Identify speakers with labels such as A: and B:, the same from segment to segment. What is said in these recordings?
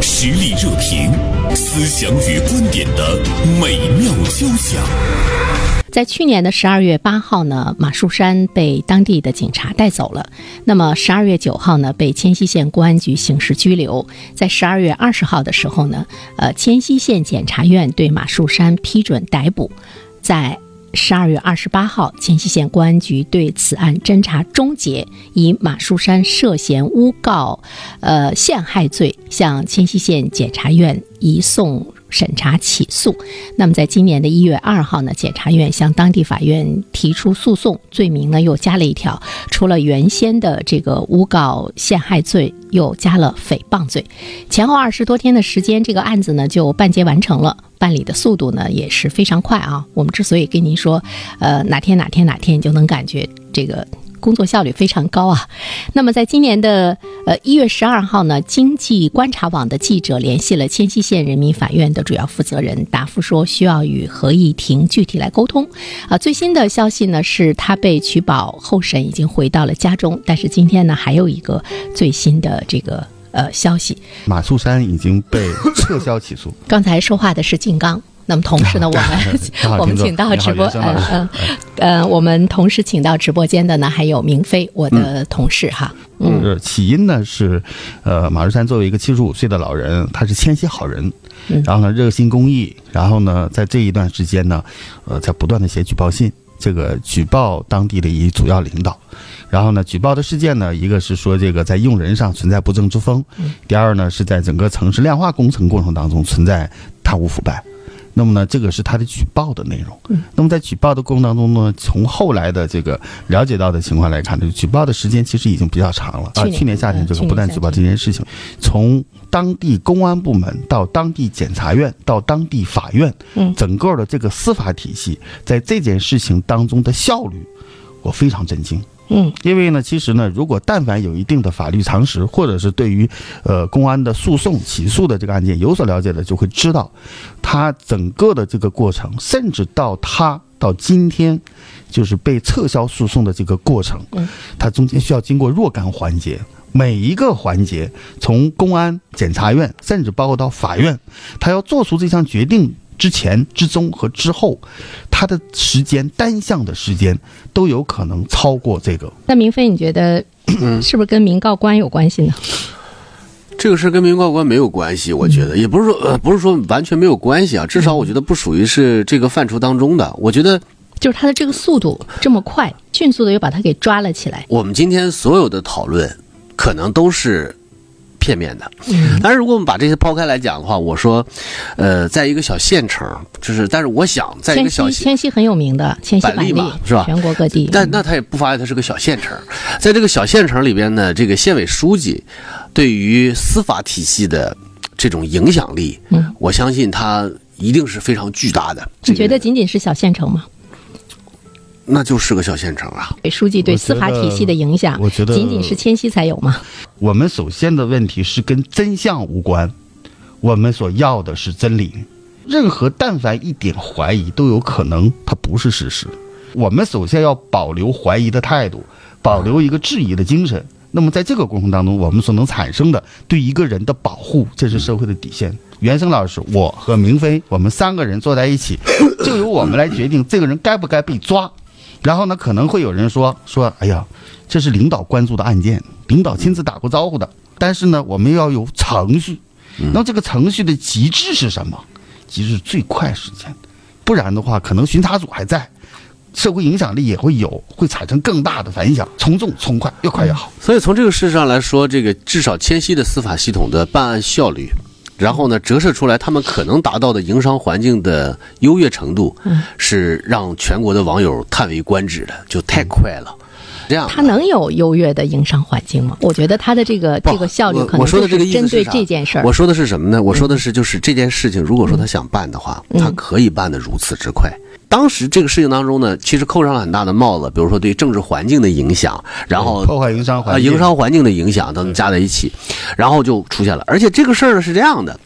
A: 实力热评，思想与观点的美妙交响。
B: 在去年的十二月八号呢，马树山被当地的警察带走了。那么十二月九号呢，被迁西县公安局刑事拘留。在十二月二十号的时候呢，呃，迁西县检察院对马树山批准逮捕。在十二月二十八号，迁西县公安局对此案侦查终结，以马树山涉嫌诬告、呃陷害罪，向迁西县检察院移送审查起诉。那么，在今年的一月二号呢，检察院向当地法院提出诉讼，罪名呢又加了一条，除了原先的这个诬告陷害罪，又加了诽谤罪。前后二十多天的时间，这个案子呢就办结完成了。办理的速度呢也是非常快啊。我们之所以跟您说，呃，哪天哪天哪天，你就能感觉这个工作效率非常高啊。那么，在今年的呃一月十二号呢，经济观察网的记者联系了迁西县人民法院的主要负责人，答复说需要与合议庭具体来沟通。啊，最新的消息呢是他被取保候审，已经回到了家中。但是今天呢，还有一个最新的这个呃消息，
C: 马素山已经 被撤销起诉。啊
B: 刚才说话的是金刚。那么同时呢，我 们我们请到直播，
C: 你好袁
B: 嗯
C: 生
B: 嗯呃，我们同时请到直播间的呢，还有明飞，我的同事哈，嗯，
C: 呃，起因呢是，呃，马素山作为一个七十五岁的老人，他是迁徙好人，
B: 嗯
C: 然后呢热心公益，然后呢在这一段时间呢，呃，在不断的写举报信，这个举报当地的一主要领导，然后呢举报的事件呢，一个是说这个在用人上存在不正之风，
B: 嗯
C: 第二呢是在整个城市量化工程过程当中存在贪污腐败。那么呢，这个是他的举报的内容。
B: 嗯
C: 那么在举报的过程当中呢，从后来的这个了解到的情况来看，这个举报的时间其实已经比较长了
B: 去
C: 啊。
B: 年
C: 去年夏天
B: 嗯
C: 这
B: 去
C: 个
B: 年
C: 不断
B: 夏
C: 举报
B: 天
C: 这件事情，从当地公安部门到当地检察院到当地法院，
B: 嗯
C: 整个的这个司法体系在这件事情当中的效率，我非常震惊。
B: 嗯，
C: 因为呢，其实呢，如果但凡有一定的法律常识，或者是对于呃公安的诉讼、起诉的这个案件有所了解的，就会知道，他整个的这个过程，甚至到他到今天，就是被撤销诉讼的这个过程，它中间需要经过若干环节。每一个环节，从公安、检察院，甚至包括到法院，他要做出这项决定之前、之中和之后，他的时间单项的时间都有可能超过这个。
B: 那明飞，你觉得
D: 嗯
B: 是不是跟民告官有关系呢？
D: 这个事儿跟民告官没有关系，我觉得也不是说呃不是说完全没有关系啊，至少我觉得不属于是这个范畴当中的。我觉得
B: 就是他的这个速度这么快，迅速的又把他给抓了起来，
D: 我们今天所有的讨论，可能都是片面的。但是如果我们把这些抛开来讲的话，我说，呃，在一个小县城，就是，但是我想在一
B: 迁
D: 个小
B: 西
D: 县。
B: 迁西很有名的，迁西
D: 百利
B: 利
D: 嘛是吧
B: 全国各地，
D: 但那它也不乏它是个小县城，在这个小县城里边呢，这个县委书记对于司法体系的这种影响力，
B: 嗯，
D: 我相信他一定是非常巨大的。
B: 你觉
D: 这
B: 得
D: 个
B: 仅仅是小县城吗？
D: 那就是个小县城啊？
B: 对书记对
C: 我觉
B: 司
C: 得
B: 法体系的影响，
C: 我觉得
B: 仅仅是迁西才有吗？
C: 我们首先的问题是跟真相无关，我们所要的是真理。任何但凡一点怀疑，都有可能它不是事实。我们首先要保留怀疑的态度，保留一个质疑的精神。那么在这个过程当中，我们所能产生的对一个人的保护，这是社会的底线。袁生老师，我和明飞，我们三个人坐在一起，就由我们来决定这个人该不该被抓。然后呢，可能会有人说说，哎呀，这是领导关注的案件，领导亲自打过招呼的。但是呢，我们要有程序。那这个程序的极致是什么？极致最快时间，不然的话，可能巡查组还在，社会影响力也会有，会产生更大的反响。从重从快，越快越好。
D: 所以从这个事上来说，这个至少迁西的司法系统的办案效率，然后呢折射出来他们可能达到的营商环境的优越程度，是让全国的网友叹为观止的，就太快了。这样的，
B: 他能有优越的营商环境吗？我觉得他的这个
D: 不
B: 这个效率
D: 我
B: 可能
D: 我说
B: 就
D: 的这嗯个
B: 是
D: 意思
B: 针对
D: 是啥
B: 这件事儿
D: 我。说的是什么呢？我说的是，就是这件事情，如果说他想办的话，他可以办得如此之快。当时这个事情当中呢，其实扣上了很大的帽子，比如说对政治环境的影响，然后
C: 破坏营商环
D: 啊，
C: 境，
D: 营商环境的影响等等加在一起，然后就出现了。而且这个事儿呢是这样的。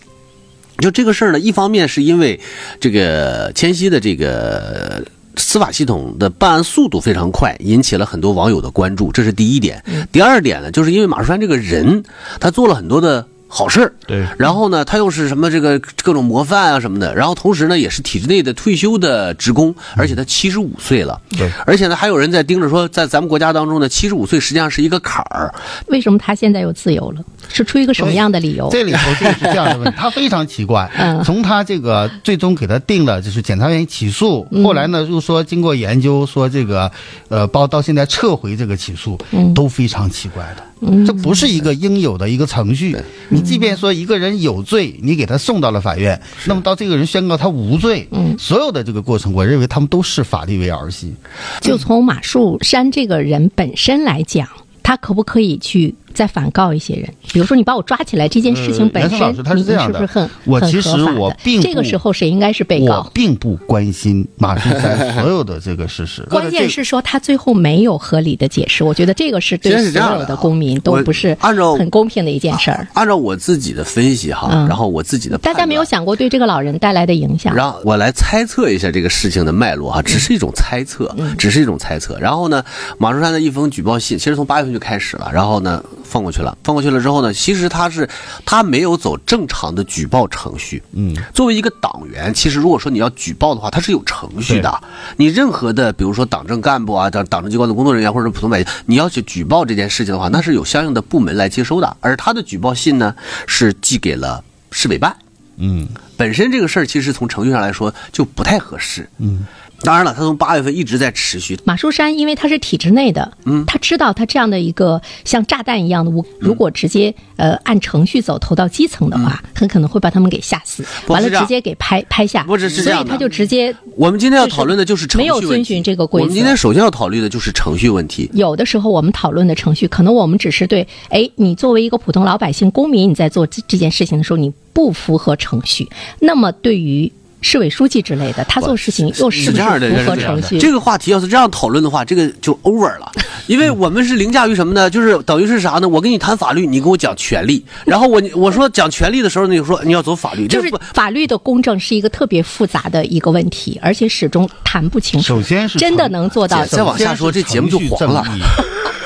D: 就这个事儿呢，一方面是因为这个迁西的这个司法系统的办案速度非常快，引起了很多网友的关注，这是第一点。第二点呢，就是因为马树山这个人，他做了很多的好事儿。
C: 对，
D: 然后呢，他又是什么这个各种模范啊什么的，然后同时呢，也是体制内的退休的职工，而且他七十五岁了，
C: 对，
D: 而且呢，还有人在盯着说，在咱们国家当中呢，七十五岁实际上是一个坎儿，
B: 为什么他现在又自由了？是出于一个什么样的理由？
C: 这里头就是这样的 问题，他非常奇怪。
D: 嗯
C: 从他这个最终给他定了，就是检察院起诉，
D: 嗯
C: 后来呢又说经过研究说这个，呃，包到现在撤回这个起诉，
D: 嗯
C: 都非常奇怪的。这不是一个应有的一个程序。你即便说一个人有罪，你给他送到了法院，那么到这个人宣告他无罪，
D: 嗯
C: 所有的这个过程，我认为他们都视法律为儿戏。
B: 就从马树山这个人本身来讲，他可不可以去再反告一些人？比如说，你把我抓起来这件事情
D: 嗯
C: 呃
B: 本
C: 袁
B: 身，
C: 胜老师他是
B: 你
C: 这样
B: 你是
C: 的
B: 不是很
C: 我
B: 很
C: 其
B: 合
C: 实
B: 法的
C: 我并
B: 这个
C: 不
B: 时候谁应该是被
C: 我
B: 告？
C: 并不关心马志山所有的这个事实，
B: 关键是说他最后没有合理的解释，我觉得这个是对
D: 其实是这
B: 所
D: 样的啊
B: 有的公民都
D: 我
B: 不是
D: 按照啊
B: 很公平的一件事儿。
D: 按照我自己的分析哈，
B: 嗯
D: 然后我自己的
B: 大家没有
D: 判断。
B: 想过对这个老人带来的影响。
D: 让我来猜测一下这个事情的脉络哈，只是一种猜测，只是一种猜测。然后呢，马树山的一封举报信，其实从八月份就开始了，然后呢放过去了，放过去了之后呢，其实他是他没有走正常的举报程序。嗯，作为一个党员，其实如果说你要举报的话，它是有程序的。你任何的，比如说党政干部啊、党党政机关的工作人员或者普通百姓，你要去举报这件事情的话，那是有相应的部门来接收的。而他的举报信呢，是寄给了市委办。
C: 嗯，
D: 本身这个事儿其实从程序上来说就不太合适。嗯，当然了，他从八月份一直在持续。
B: 马树山因为他是体制内的，嗯，他知道他这样的一个像炸弹一样的物，
D: 嗯
B: 如果直接呃按程序走投到基层的话，很可能会把他们给吓死，
D: 嗯不
B: 完
D: 是
B: 了
D: 这样
B: 直接给拍拍下，
D: 不是是这
B: 所
D: 样
B: 以
D: 的
B: 他就直接
D: 我们今天要讨论的就是程序问
B: 没
D: 题，
B: 有遵循这个规则
D: 我们今天首先要讨论的就是程序问题。
B: 有的时候我们讨论的程序，可能我们只是对，哎，你作为一个普通老百姓、公民，你在做这这件事情的时候，你不符合程序，那么对于市委书记之类的，他做事情又是
D: 是
B: 不
D: 这样的，
B: 符合
D: 是这样
B: 程
D: 的
B: 序？
D: 这个话题要是这样讨论的话，这个就 over 了，因为我们是凌驾于什么呢？就是等于是啥呢？我跟你谈法律，你跟我讲权利，然后我我说讲权利的时候，你说你要走法律，
B: 就
D: 这
B: 是
D: 不
B: 法律的公正是一个特别复杂的一个问题，而且始终谈不清楚。
C: 嗯首先是啊
B: 真的
C: 程
B: 能做到
D: 解释再往下说这节目就黄了。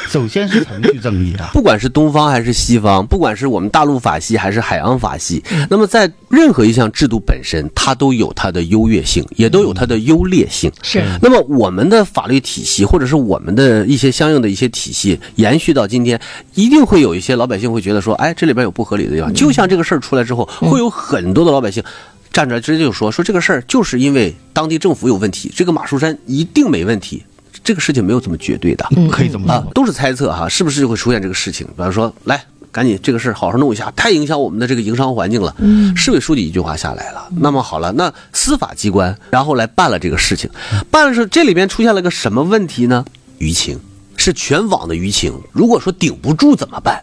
C: 首先是程序正义啊，
D: 不管是东方还是西方，不管是我们大陆法系还是海洋法系，那么在任何一项制度本身，它都有它的优越性，也都有它的优劣性。
B: 是
D: 那么我们的法律体系，或者是我们的一些相应的一些体系，延续到今天，一定会有一些老百姓会觉得说，哎，这里边有不合理的地方。就像这个事儿出来之后，会有很多的老百姓。站出来直接就说说这个事儿就是因为当地政府有问题，这个马树山一定没问题，这个事情没有这么绝对的。
B: 嗯
C: 可以这么
D: 啊
C: 说，。
D: 都是猜测哈、是不是就会出现这个事情？比方说，来，赶紧这个事儿好好弄一下，太影响我们的这个营商环境了。嗯，市委书记一句话下来了，那么好了，那司法机关然后来办了这个事情，办了是这里边出现了个什么问题呢？舆情是全网的舆情，如果说顶不住怎么办？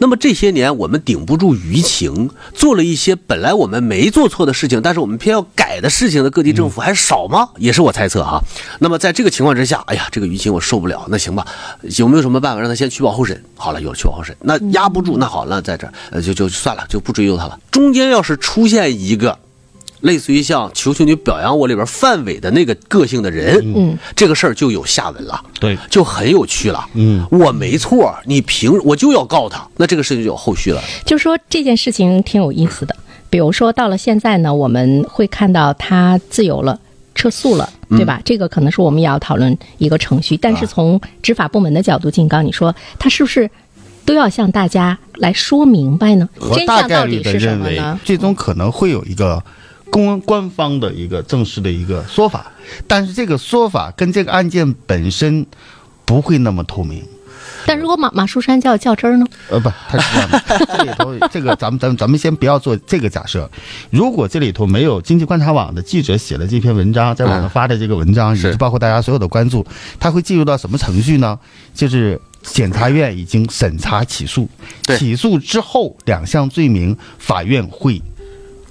D: 那么这些年我们顶不住舆情，做了一些本来我们没做错的事情，但是我们偏要改的事情的各地政府还少吗？也是我猜测哈。那么在这个情况之下，哎呀，这个舆情我受不了，那行吧，有没有什么办法让他先取保候审？好了，有了取保候审，那压不住，那好，那在这儿呃就就算了，就不追究他了。中间要是出现一个。类似于像《求求你表扬我》里边范伟的那个个性的人，嗯，这个事儿就有下文了。
C: 对，
D: 就很有趣了。嗯，我没错，你凭我就要告他，那这个事情就有后续了。
B: 就说这件事情挺有意思的。比如说到了现在呢，我们会看到他自由了。撤诉了，
C: 嗯
B: 对吧？这个可能是我们也要讨论一个程序，
C: 啊
B: 但是从执法部门的角度，金刚，你说他是不是都要向大家来说明白呢？
C: 我
B: 真
C: 大
B: 相
C: 概
B: 到
C: 率
B: 底
C: 的
B: 是什
C: 认
B: 么
C: 为嗯
B: 呢？，嗯
C: 最终可能会有一个公安官方的一个正式的一个说法，但是这个说法跟这个案件本身不会那么透明。
B: 但如果马马树山较较真儿呢？
C: 呃，不，它是这样 的，这里头这个咱们咱们咱们先不要做这个假设。如果这里头没有经济观察网的记者写了这篇文章，在网上发的这个文章，以及
D: 嗯是
C: 包括大家所有的关注，它会进入到什么程序呢？就是检察院已经审查起诉，
D: 对
C: 起诉之后两项罪名，法院会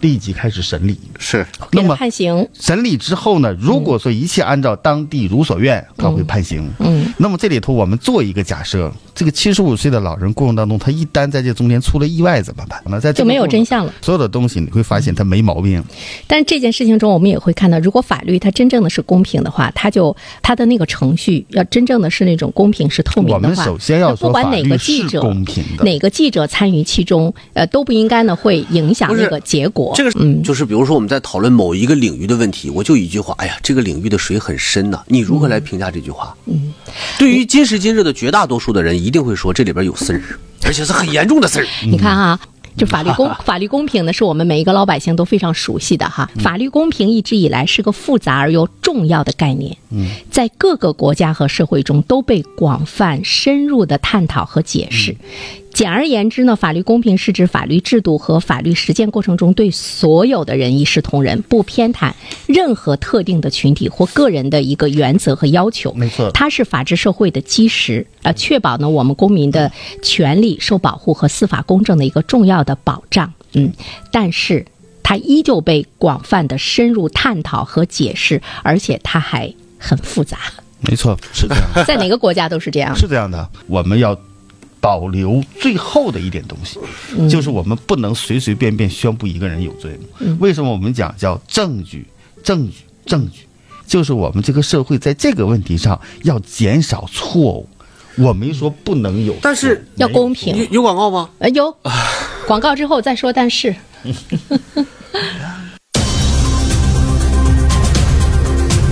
C: 立即开始审理。
D: 是，
B: 给
C: 那
B: 他
C: 么
B: 判刑，
C: 审理之后呢，如果
B: 嗯
C: 说一切按照当地如所愿，他会判刑。嗯，那么这里头我们做一个假设，这个七十五岁的老人过程当中，他一旦在这中间出了意外怎么办？那在这
B: 就
C: 个
B: 没有
C: 过程
B: 真相了。嗯
C: 所有的东西，你会发现他没毛病。
B: 但这件事情中，我们也会看到，如果法律它真正的是公平的话，它就它的那个程序要真正的是那种公平是透明
C: 我
B: 的
C: 们
B: 话，
C: 首先要
B: 那不
C: 说
B: 管
C: 法
B: 哪
C: 律
B: 个记
C: 是
B: 者
C: 公平的，
B: 哪个记者参与其中，呃，都不应该呢会影响
D: 不是
B: 那个结果。
D: 这个是就是比如说我们在讨论某一个领域的问题，我就一句话，哎呀，这个领域的水很深呐、你如何来评价这句话？嗯，对于今时今日的绝大多数的人，一定会说这里边有事儿，而且是很严重的事儿。
B: 你看哈、就法律公法律公平呢，是我们每一个老百姓都非常熟悉的哈。法律公平一直以来是个复杂而又重要的概念，在各个国家和社会中都被广泛深入的探讨和解释。简而言之呢，法律公平是指法律制度和法律实践过程中对所有的人一视同仁，不偏袒任何特定的群体或个人的一个原则和要求。
C: 没错
B: 它是法治社会的基石，呃，确保呢我们公民的权利受保护和司法公正的一个重要的保障。嗯，但是它依旧被广泛的深入探讨和解释，而且它还很复 杂，
C: 没错，是这样的，
B: 在哪个国家都是这样。
C: 是这样的。我们要保留最后的一点东西，
B: 嗯
C: 就是我们不能随随便便宣布一个人有罪。
B: 嗯
C: 为什么我们讲叫证据？证据，证据，就是我们这个社会在这个问题上要减少错误。我没说不能有错，
D: 但是
B: 要
C: 没有
B: 公
C: 错
B: 平
D: 有有广告吗？
B: 呃，有广告之后再说，但是。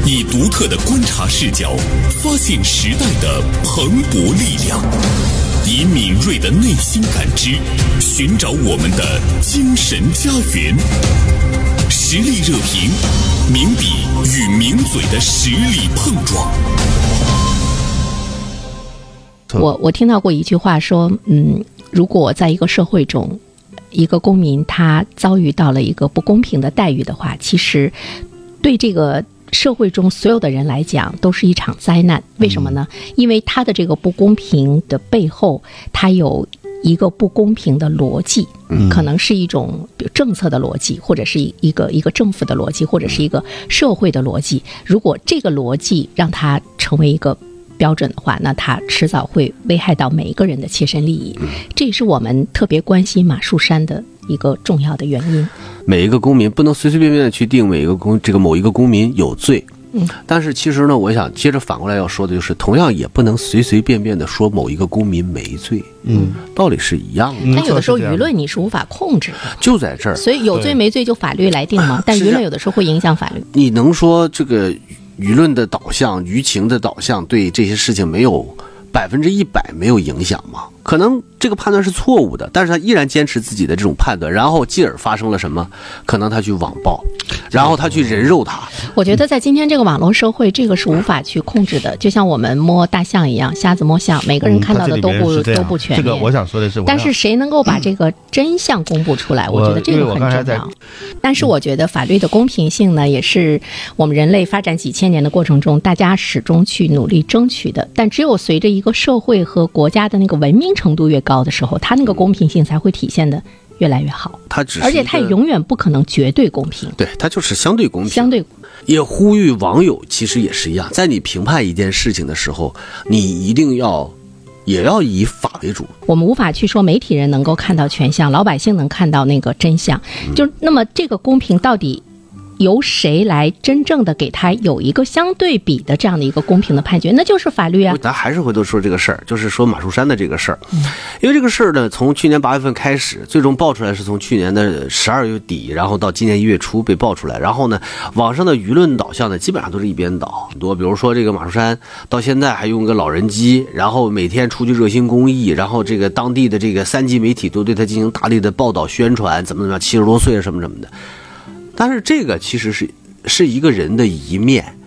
A: 以独特的观察视角，发现时代的蓬勃力量；以敏锐的内心感知，寻找我们的精神家园。实力热评，名笔与名嘴的实力碰撞。
C: 对
B: 我我听到过一句话说，嗯，如果在一个社会中，一个公民他遭遇到了一个不公平的待遇的话，其实对这个。社会中所有的人来讲，都是一场灾难。为什么呢？因为他的这个不公平的背后，他有一个不公平的逻辑，可能是一种比如政策的逻辑，或者是一一个一个政府的逻辑，或者是一个社会的逻辑。如果这个逻辑让它成为一个标准的话，那它迟早会危害到每一个人的切身利益。
C: 嗯
B: 这也是我们特别关心马术山的一个重要的原因。
D: 每一个公民不能随随便便的去定每一个公这个某一个公民有罪。嗯，但是其实呢，我想接着反过来要说的就是，同样也不能随随便便的说某一个公民没罪。嗯，道理是一样的，
C: 没
B: 但有
C: 嗯错
B: 的时候
C: 是这
B: 舆
C: 样的
B: 论你是无法控制的，
D: 就在这儿。
B: 所以有罪没罪就法律来定
C: 啊
B: 嘛。但
D: 是
B: 舆
D: 这
B: 论
D: 样
B: 有的时候会影响法律。
D: 你能说这个舆论的导向、舆情的导向对这些事情没有百分之一百没有影响吗？可能这个判断是错误的，但是他依然坚持自己的这种判断，然后继而发生了什么？可能他去网暴，然后他去人肉他，
B: 我觉得在今天这个网络社会，这个是无法去控制的，就像我们摸大象一样，瞎子摸象，每个人
C: 嗯
B: 看
C: 它
B: 到
C: 这
B: 的
C: 里
B: 都
C: 边
B: 不
C: 是
B: 都
C: 这样
B: 不全
C: 这
B: 面。
C: 个我想说的是，我
B: 但
C: 要
B: 是谁能够把这个真相公布出来？我觉得这
C: 因为
B: 个
C: 我
B: 很
C: 刚才
B: 重
C: 在
B: 要。但是我觉得法律的公平性呢，也是我们人类发展几千年的过程中，大家始终去努力争取的。但只有随着一个社会和国家的那个文明程度越高的时候，它那个公平性才会体现的越来越好，
D: 他只是
B: 而且
D: 一
B: 它
D: 个
B: 永远不可能绝对公平，
D: 对他就是相对公平，
B: 相对
D: 也呼吁网友，其实也是一样，在你评判一件事情的时候，你一定要也要以法为主。
B: 我们无法去说媒体人能够看到全相，老百姓能看到那个真相。
C: 嗯
B: 就那么这个公平到底由谁来真正的给他有一个相对比的这样的一个公平的判决？那就是法律啊。
D: 咱还是回头说这个事儿，就是说马树山的这个事儿，因为这个事儿呢，从去年八月份开始，最终爆出来是从去年的十二月底，然后到今年一月初被爆出来，然后呢，网上的舆论导向呢，基本上都是一边倒，很多比如说这个马树山到现在还用个老人机，然后每天出去热心公益，然后这个当地的这个三级媒体都对他进行大力的报道宣传，怎么怎么样，七十多岁什么什么的，但是这个其实是是一个人的一面，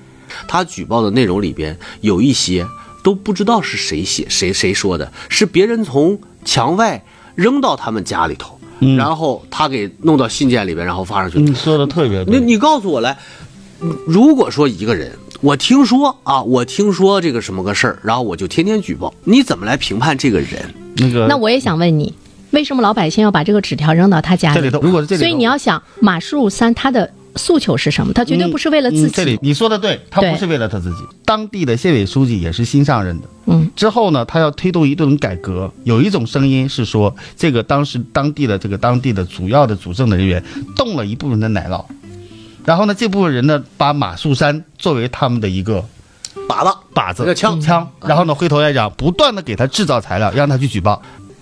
D: 他举报的内容里边有一些都不知道是谁写谁谁说的，是别人从墙外扔到他们家里头，然后他给弄到信件里边，然后发上去。
C: 你说的特别
D: 那
C: 对，
D: 你告诉我来，如果说一个人，我听说啊，我听说这个什么个事儿，然后我就天天举报，你怎么来评判这个人？
C: 那个
B: 那我也想问你，为什么老百姓要把这个纸条扔到他家
C: 这里头，如果是这里头，
B: 所以你要想，马树三他的诉求是什么，他绝对不是为了自
C: 嗯这
B: 己
C: 里。你说的对，他
B: 对
C: 不是为了他自己。当地的县委书记也是新上任的，
B: 嗯，
C: 之后呢，他要推动一种改革。有一种声音是说，这个当时当地的这个当地的主要的主政的人员动了一部分的奶酪，然后呢，这部分人呢，把马术山作为他们的一个
D: 靶子，
C: 靶子
D: 一个枪
C: 枪，
B: 嗯
C: 然后呢，回头来讲，不断的给他制造材料，让他去举报。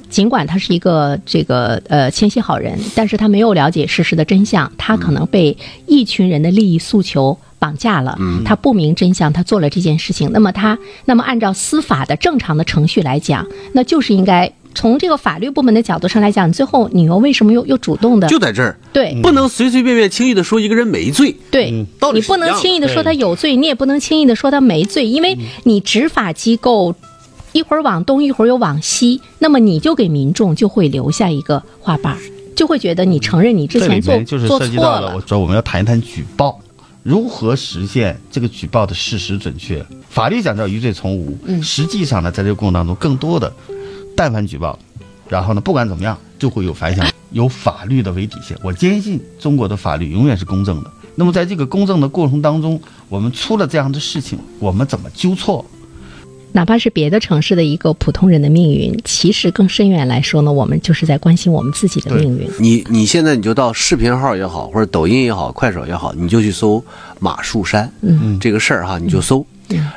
B: 尽管他是一个这个呃千禧好人，但是他没有了解事实的真相，他可能被一群人的利益诉求绑架了。他不明真相，他做了这件事情。那么他，那么按照司法的正常的程序来讲，那就是应该从这个法律部门的角度上来讲，最后你又为什么又又主动的
D: 就在这儿，
B: 对
D: 不能随随便便轻易的说一个人没罪。
B: 对，
C: 嗯
D: 道理
B: 你
D: 是
B: 不
D: 一
B: 能
D: 样的
B: 轻易的说他有罪，你也不能轻易的说他没罪，因
C: 嗯
B: 为你执法机构一会儿往东，一会儿又往西，那么你就给民众就会留下一个画瓣儿，就会觉得你承认你之
C: 这里
B: 前做
C: 面就是
B: 做
C: 涉及
B: 错
C: 到了，我说我们要谈一谈举报，如何实现这个举报的事实准确？法律讲叫疑罪从无，
B: 嗯
C: 实际上呢，在这个过程当中，更多的但凡举报，然后呢，不管怎么样，就会有反响，有法律的为底线。我坚信中国的法律永远是公正的。那么在这个公正的过程当中，我们出了这样的事情，我们怎么纠错？
B: 哪怕是别的城市的一个普通人的命运，其实更深远来说呢，我们就是在关心我们自己的
C: 对
B: 命运。
D: 你你现在你就到视频号也好，或者抖音也好，快手也好，你就去搜马术山，嗯，这个事儿哈，你就搜，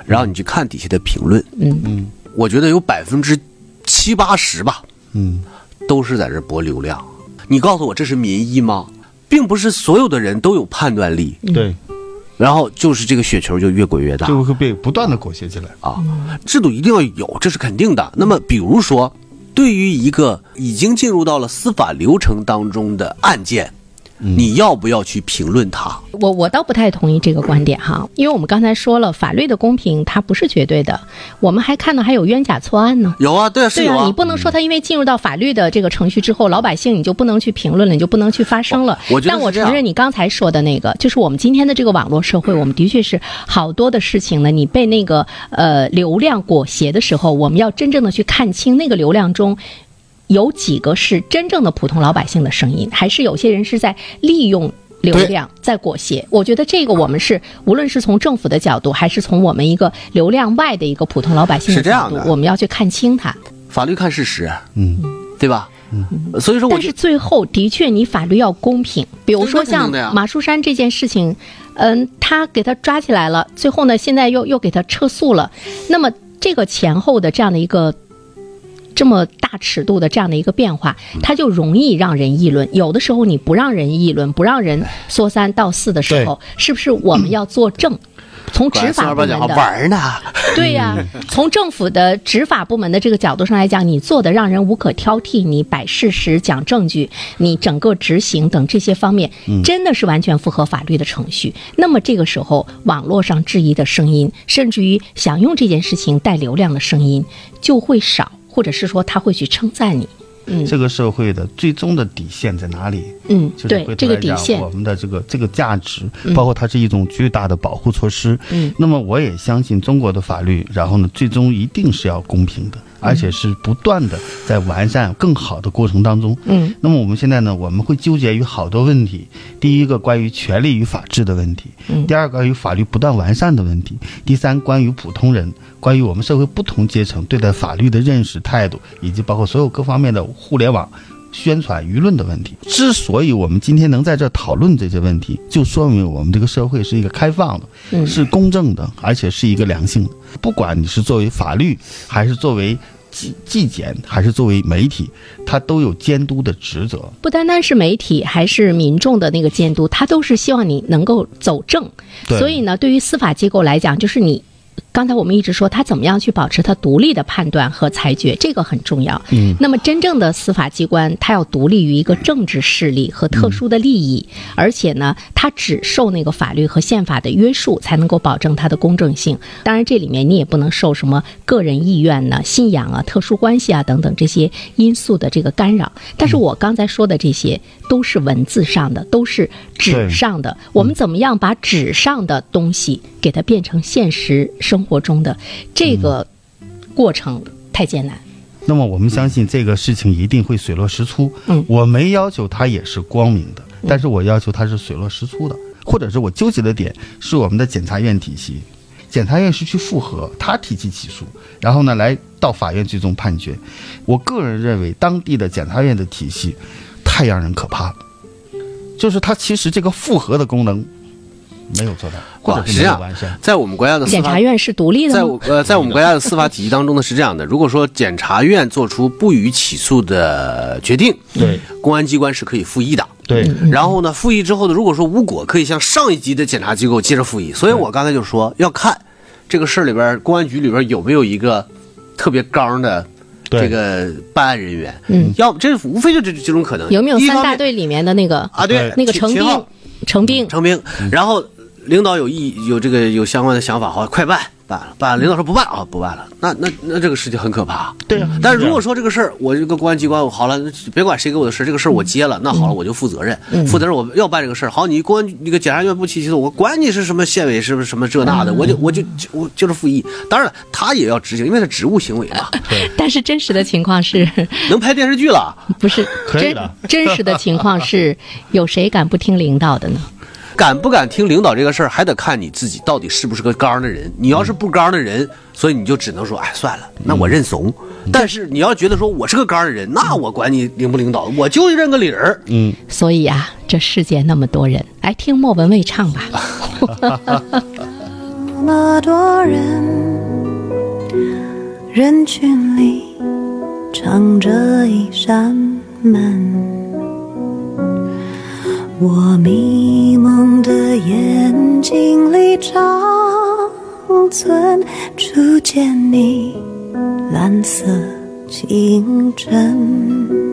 D: 然后你去看底下的评论，
B: 嗯
D: 嗯，我觉得有百分之七八十吧，
C: 嗯，
D: 都是在这博流量。你告诉我这是民意吗？并不是所有的人都有判断力，
C: 对，
D: 然后就是这个雪球就越滚越大，
C: 就会被不断的裹挟起来。
D: 啊，
B: 嗯
D: 制度一定要有，这是肯定的。那么，比如说，对于一个已经进入到了司法流程当中的案件，
B: 嗯
D: 你要不要去评论它？
B: 我我倒不太同意这个观点哈，因为我们刚才说了，法律的公平它不是绝对的，我们还看到还有冤假错案呢。
D: 有啊，对啊，是
B: 对
D: 有
B: 你不能说他因为进入到法律的这个程序之后，老百姓你就不能去评论了，你就不能去发声了。
D: 我我觉得
B: 但
D: 是
B: 我
D: 这样
B: 承认你刚才说的那个，就是我们今天的这个网络社会，我们的确是好多的事情呢，你被那个呃流量裹挟的时候，我们要真正的去看清那个流量中。有几个是真正的普通老百姓的声音，还是有些人是在利用流量在裹挟？我觉得这个我们是，无论是从政府的角度，还是从我们一个流量外的一个普通老百姓的
D: 是这
B: 角
D: 样
B: 度
D: 的，
B: 我们要去看清它。
D: 法律看事实，
C: 嗯，
D: 对吧？所以说
B: 嗯
D: 我
B: 但
D: 就是
B: 最后的确，你法律要公平。比如说
D: 那肯
B: 像
D: 定的呀
B: 马树山这件事情，嗯，他给他抓起来了，最后呢，现在又又给他撤诉了。那么这个前后的这样的一个。这么大尺度的这样的一个变化，
D: 嗯
B: 它就容易让人议论。有的时候你不让人议论，不让人说三道四的时候，是不是我们要作证？从
D: 管
B: 执
D: 四
B: 法
D: 二
B: 部
D: 八
B: 门
D: 讲
B: 的
D: 玩儿呢，
B: 对呀、
C: 嗯
B: 从政府的执法部门的这个角度上来讲，你做的让人无可挑剔，你摆事实、讲证据，你整个执行等这些方面，
C: 嗯
B: 真的是完全符合法律的程序。那么这个时候，网络上质疑的声音，甚至于想用这件事情带流量的声音，就会少，或者是说他会去称赞你。
C: 这个社会的最终的底线在哪里？
B: 嗯，
C: 就是
B: 对
C: 回，头
B: 这个
C: 来
B: 底
C: 讲
B: 线
C: 我，们的这个这个价值，包括它是一种巨大的保护措施。
B: 嗯，
C: 那么我也相信中国的法律，然后呢，最终一定是要公平
B: 嗯
C: 的，而且是不断的在完善更好的过程当中。
B: 嗯，
C: 那么我们现在呢，我们会纠结于好多问题，第一个关于权利与法治的问题，
B: 嗯
C: 第二个关于法律不断完善的问题，第三关于普通人。关于我们社会不同阶层对待法律的认识、态度，以及包括所有各方面的互联网宣传舆论的问题。之所以我们今天能在这儿讨论这些问题，就说明我们这个社会是一个开放的，
B: 嗯
C: 是公正的，而且是一个良性的。不管你是作为法律，还是作为纪纪检，还是作为媒体，它都有监督的职责。
B: 不单单是媒体，还是民众的那个监督，他都是希望你能够走正。
C: 对
B: 所以呢，对于司法机构来讲，就是你。刚才我们一直说他怎么样去保持他独立的判断和裁决，这个很重要。嗯，那么真正的司法机关，它要独立于一个政治势力和特殊的利益，而且呢，它只受那个法律和宪法的约束，才能够保证它的公正性。当然，这里面你也不能受什么个人意愿呢、信仰啊、特殊关系啊等等这些因素的这个干扰。但是我刚才说的这些都是文字上的，都是纸
C: 对
B: 上的。我
D: 嗯
B: 们怎么样把纸上的东西给它变成现实生活中的这个
D: 嗯
B: 过程太艰难。
C: 那么我们相信这个事情一定会水落石出。
B: 嗯
C: 我没要求它也是光明的，但是我要求它是水落石出的，或者是我纠结的点是我们的检察院体系，检察院是去复核，他提起起诉，然后呢来到法院最终判决。我个人认为，当地的检察院的体系太让人可怕了，就是它其实这个复核的功能没有做到，或者
D: 哦
C: 是没
D: 是啊这
C: 有
D: 样
C: 完善。，
D: 在我们国家的
B: 啊
D: 司
B: 检
D: 法
B: 察院是独立
D: 在
B: 的吗
D: 我？呃，在我们国家的司法体系当中呢，是这样的：如果说检察院做出不予起诉的决定，
C: 对
D: 公安机关是可以复议的。
C: 对，
D: 然后呢，复议之后呢，如果说无果，可以向上一级的检察机构接着复议。所以我刚才就说，要看这个事儿里边儿，公安局里边儿有没有一个特别刚的
C: 对
D: 这个办案人员。
B: 嗯，
D: 要不这无非就这几种可能。
B: 有没有
D: 一
B: 三
D: 方
B: 大
D: 面
B: 队里面的那个
D: 啊？对，
B: 那个
D: 秦
B: 程
D: 秦
B: 兵
D: 昊？
B: 程兵，
D: 成兵，然后领导有意有这个有相关的想法，好，快办办了办了，领导说不办啊，不办了，那那那这个事情很可怕。
C: 对啊
D: 嗯但如果说这个事儿，我这个公安机关，我好了，别管谁给我的事，这个事儿我接了，那好了，我就负责任，负责任我要办这个事儿。好，你公安那个检察院不起诉，我管你是什么县委是不是什么这那的，我就我就我就是复议。当然了，他也要执行，因为是职务行为嘛，
B: 但是真实的情况是
D: 能拍电视剧了，
B: 不是
C: 可以
B: 真
C: 的
B: 真实的情况 是有谁敢不听领导的呢？
D: 敢不敢听领导这个事儿，还得看你自己到底是不是个刚的人。你要是不刚的人，所以你就只能说，哎，算了，那我认怂。但是你要觉得说我是个刚的人，那我管你领不领导，我就认个理儿。
B: 所以啊，这世界那么多人，来听莫文蔚唱吧。
E: 那么多人，人群里藏着一扇门，我迷蒙的眼睛里长存初见你蓝色清晨。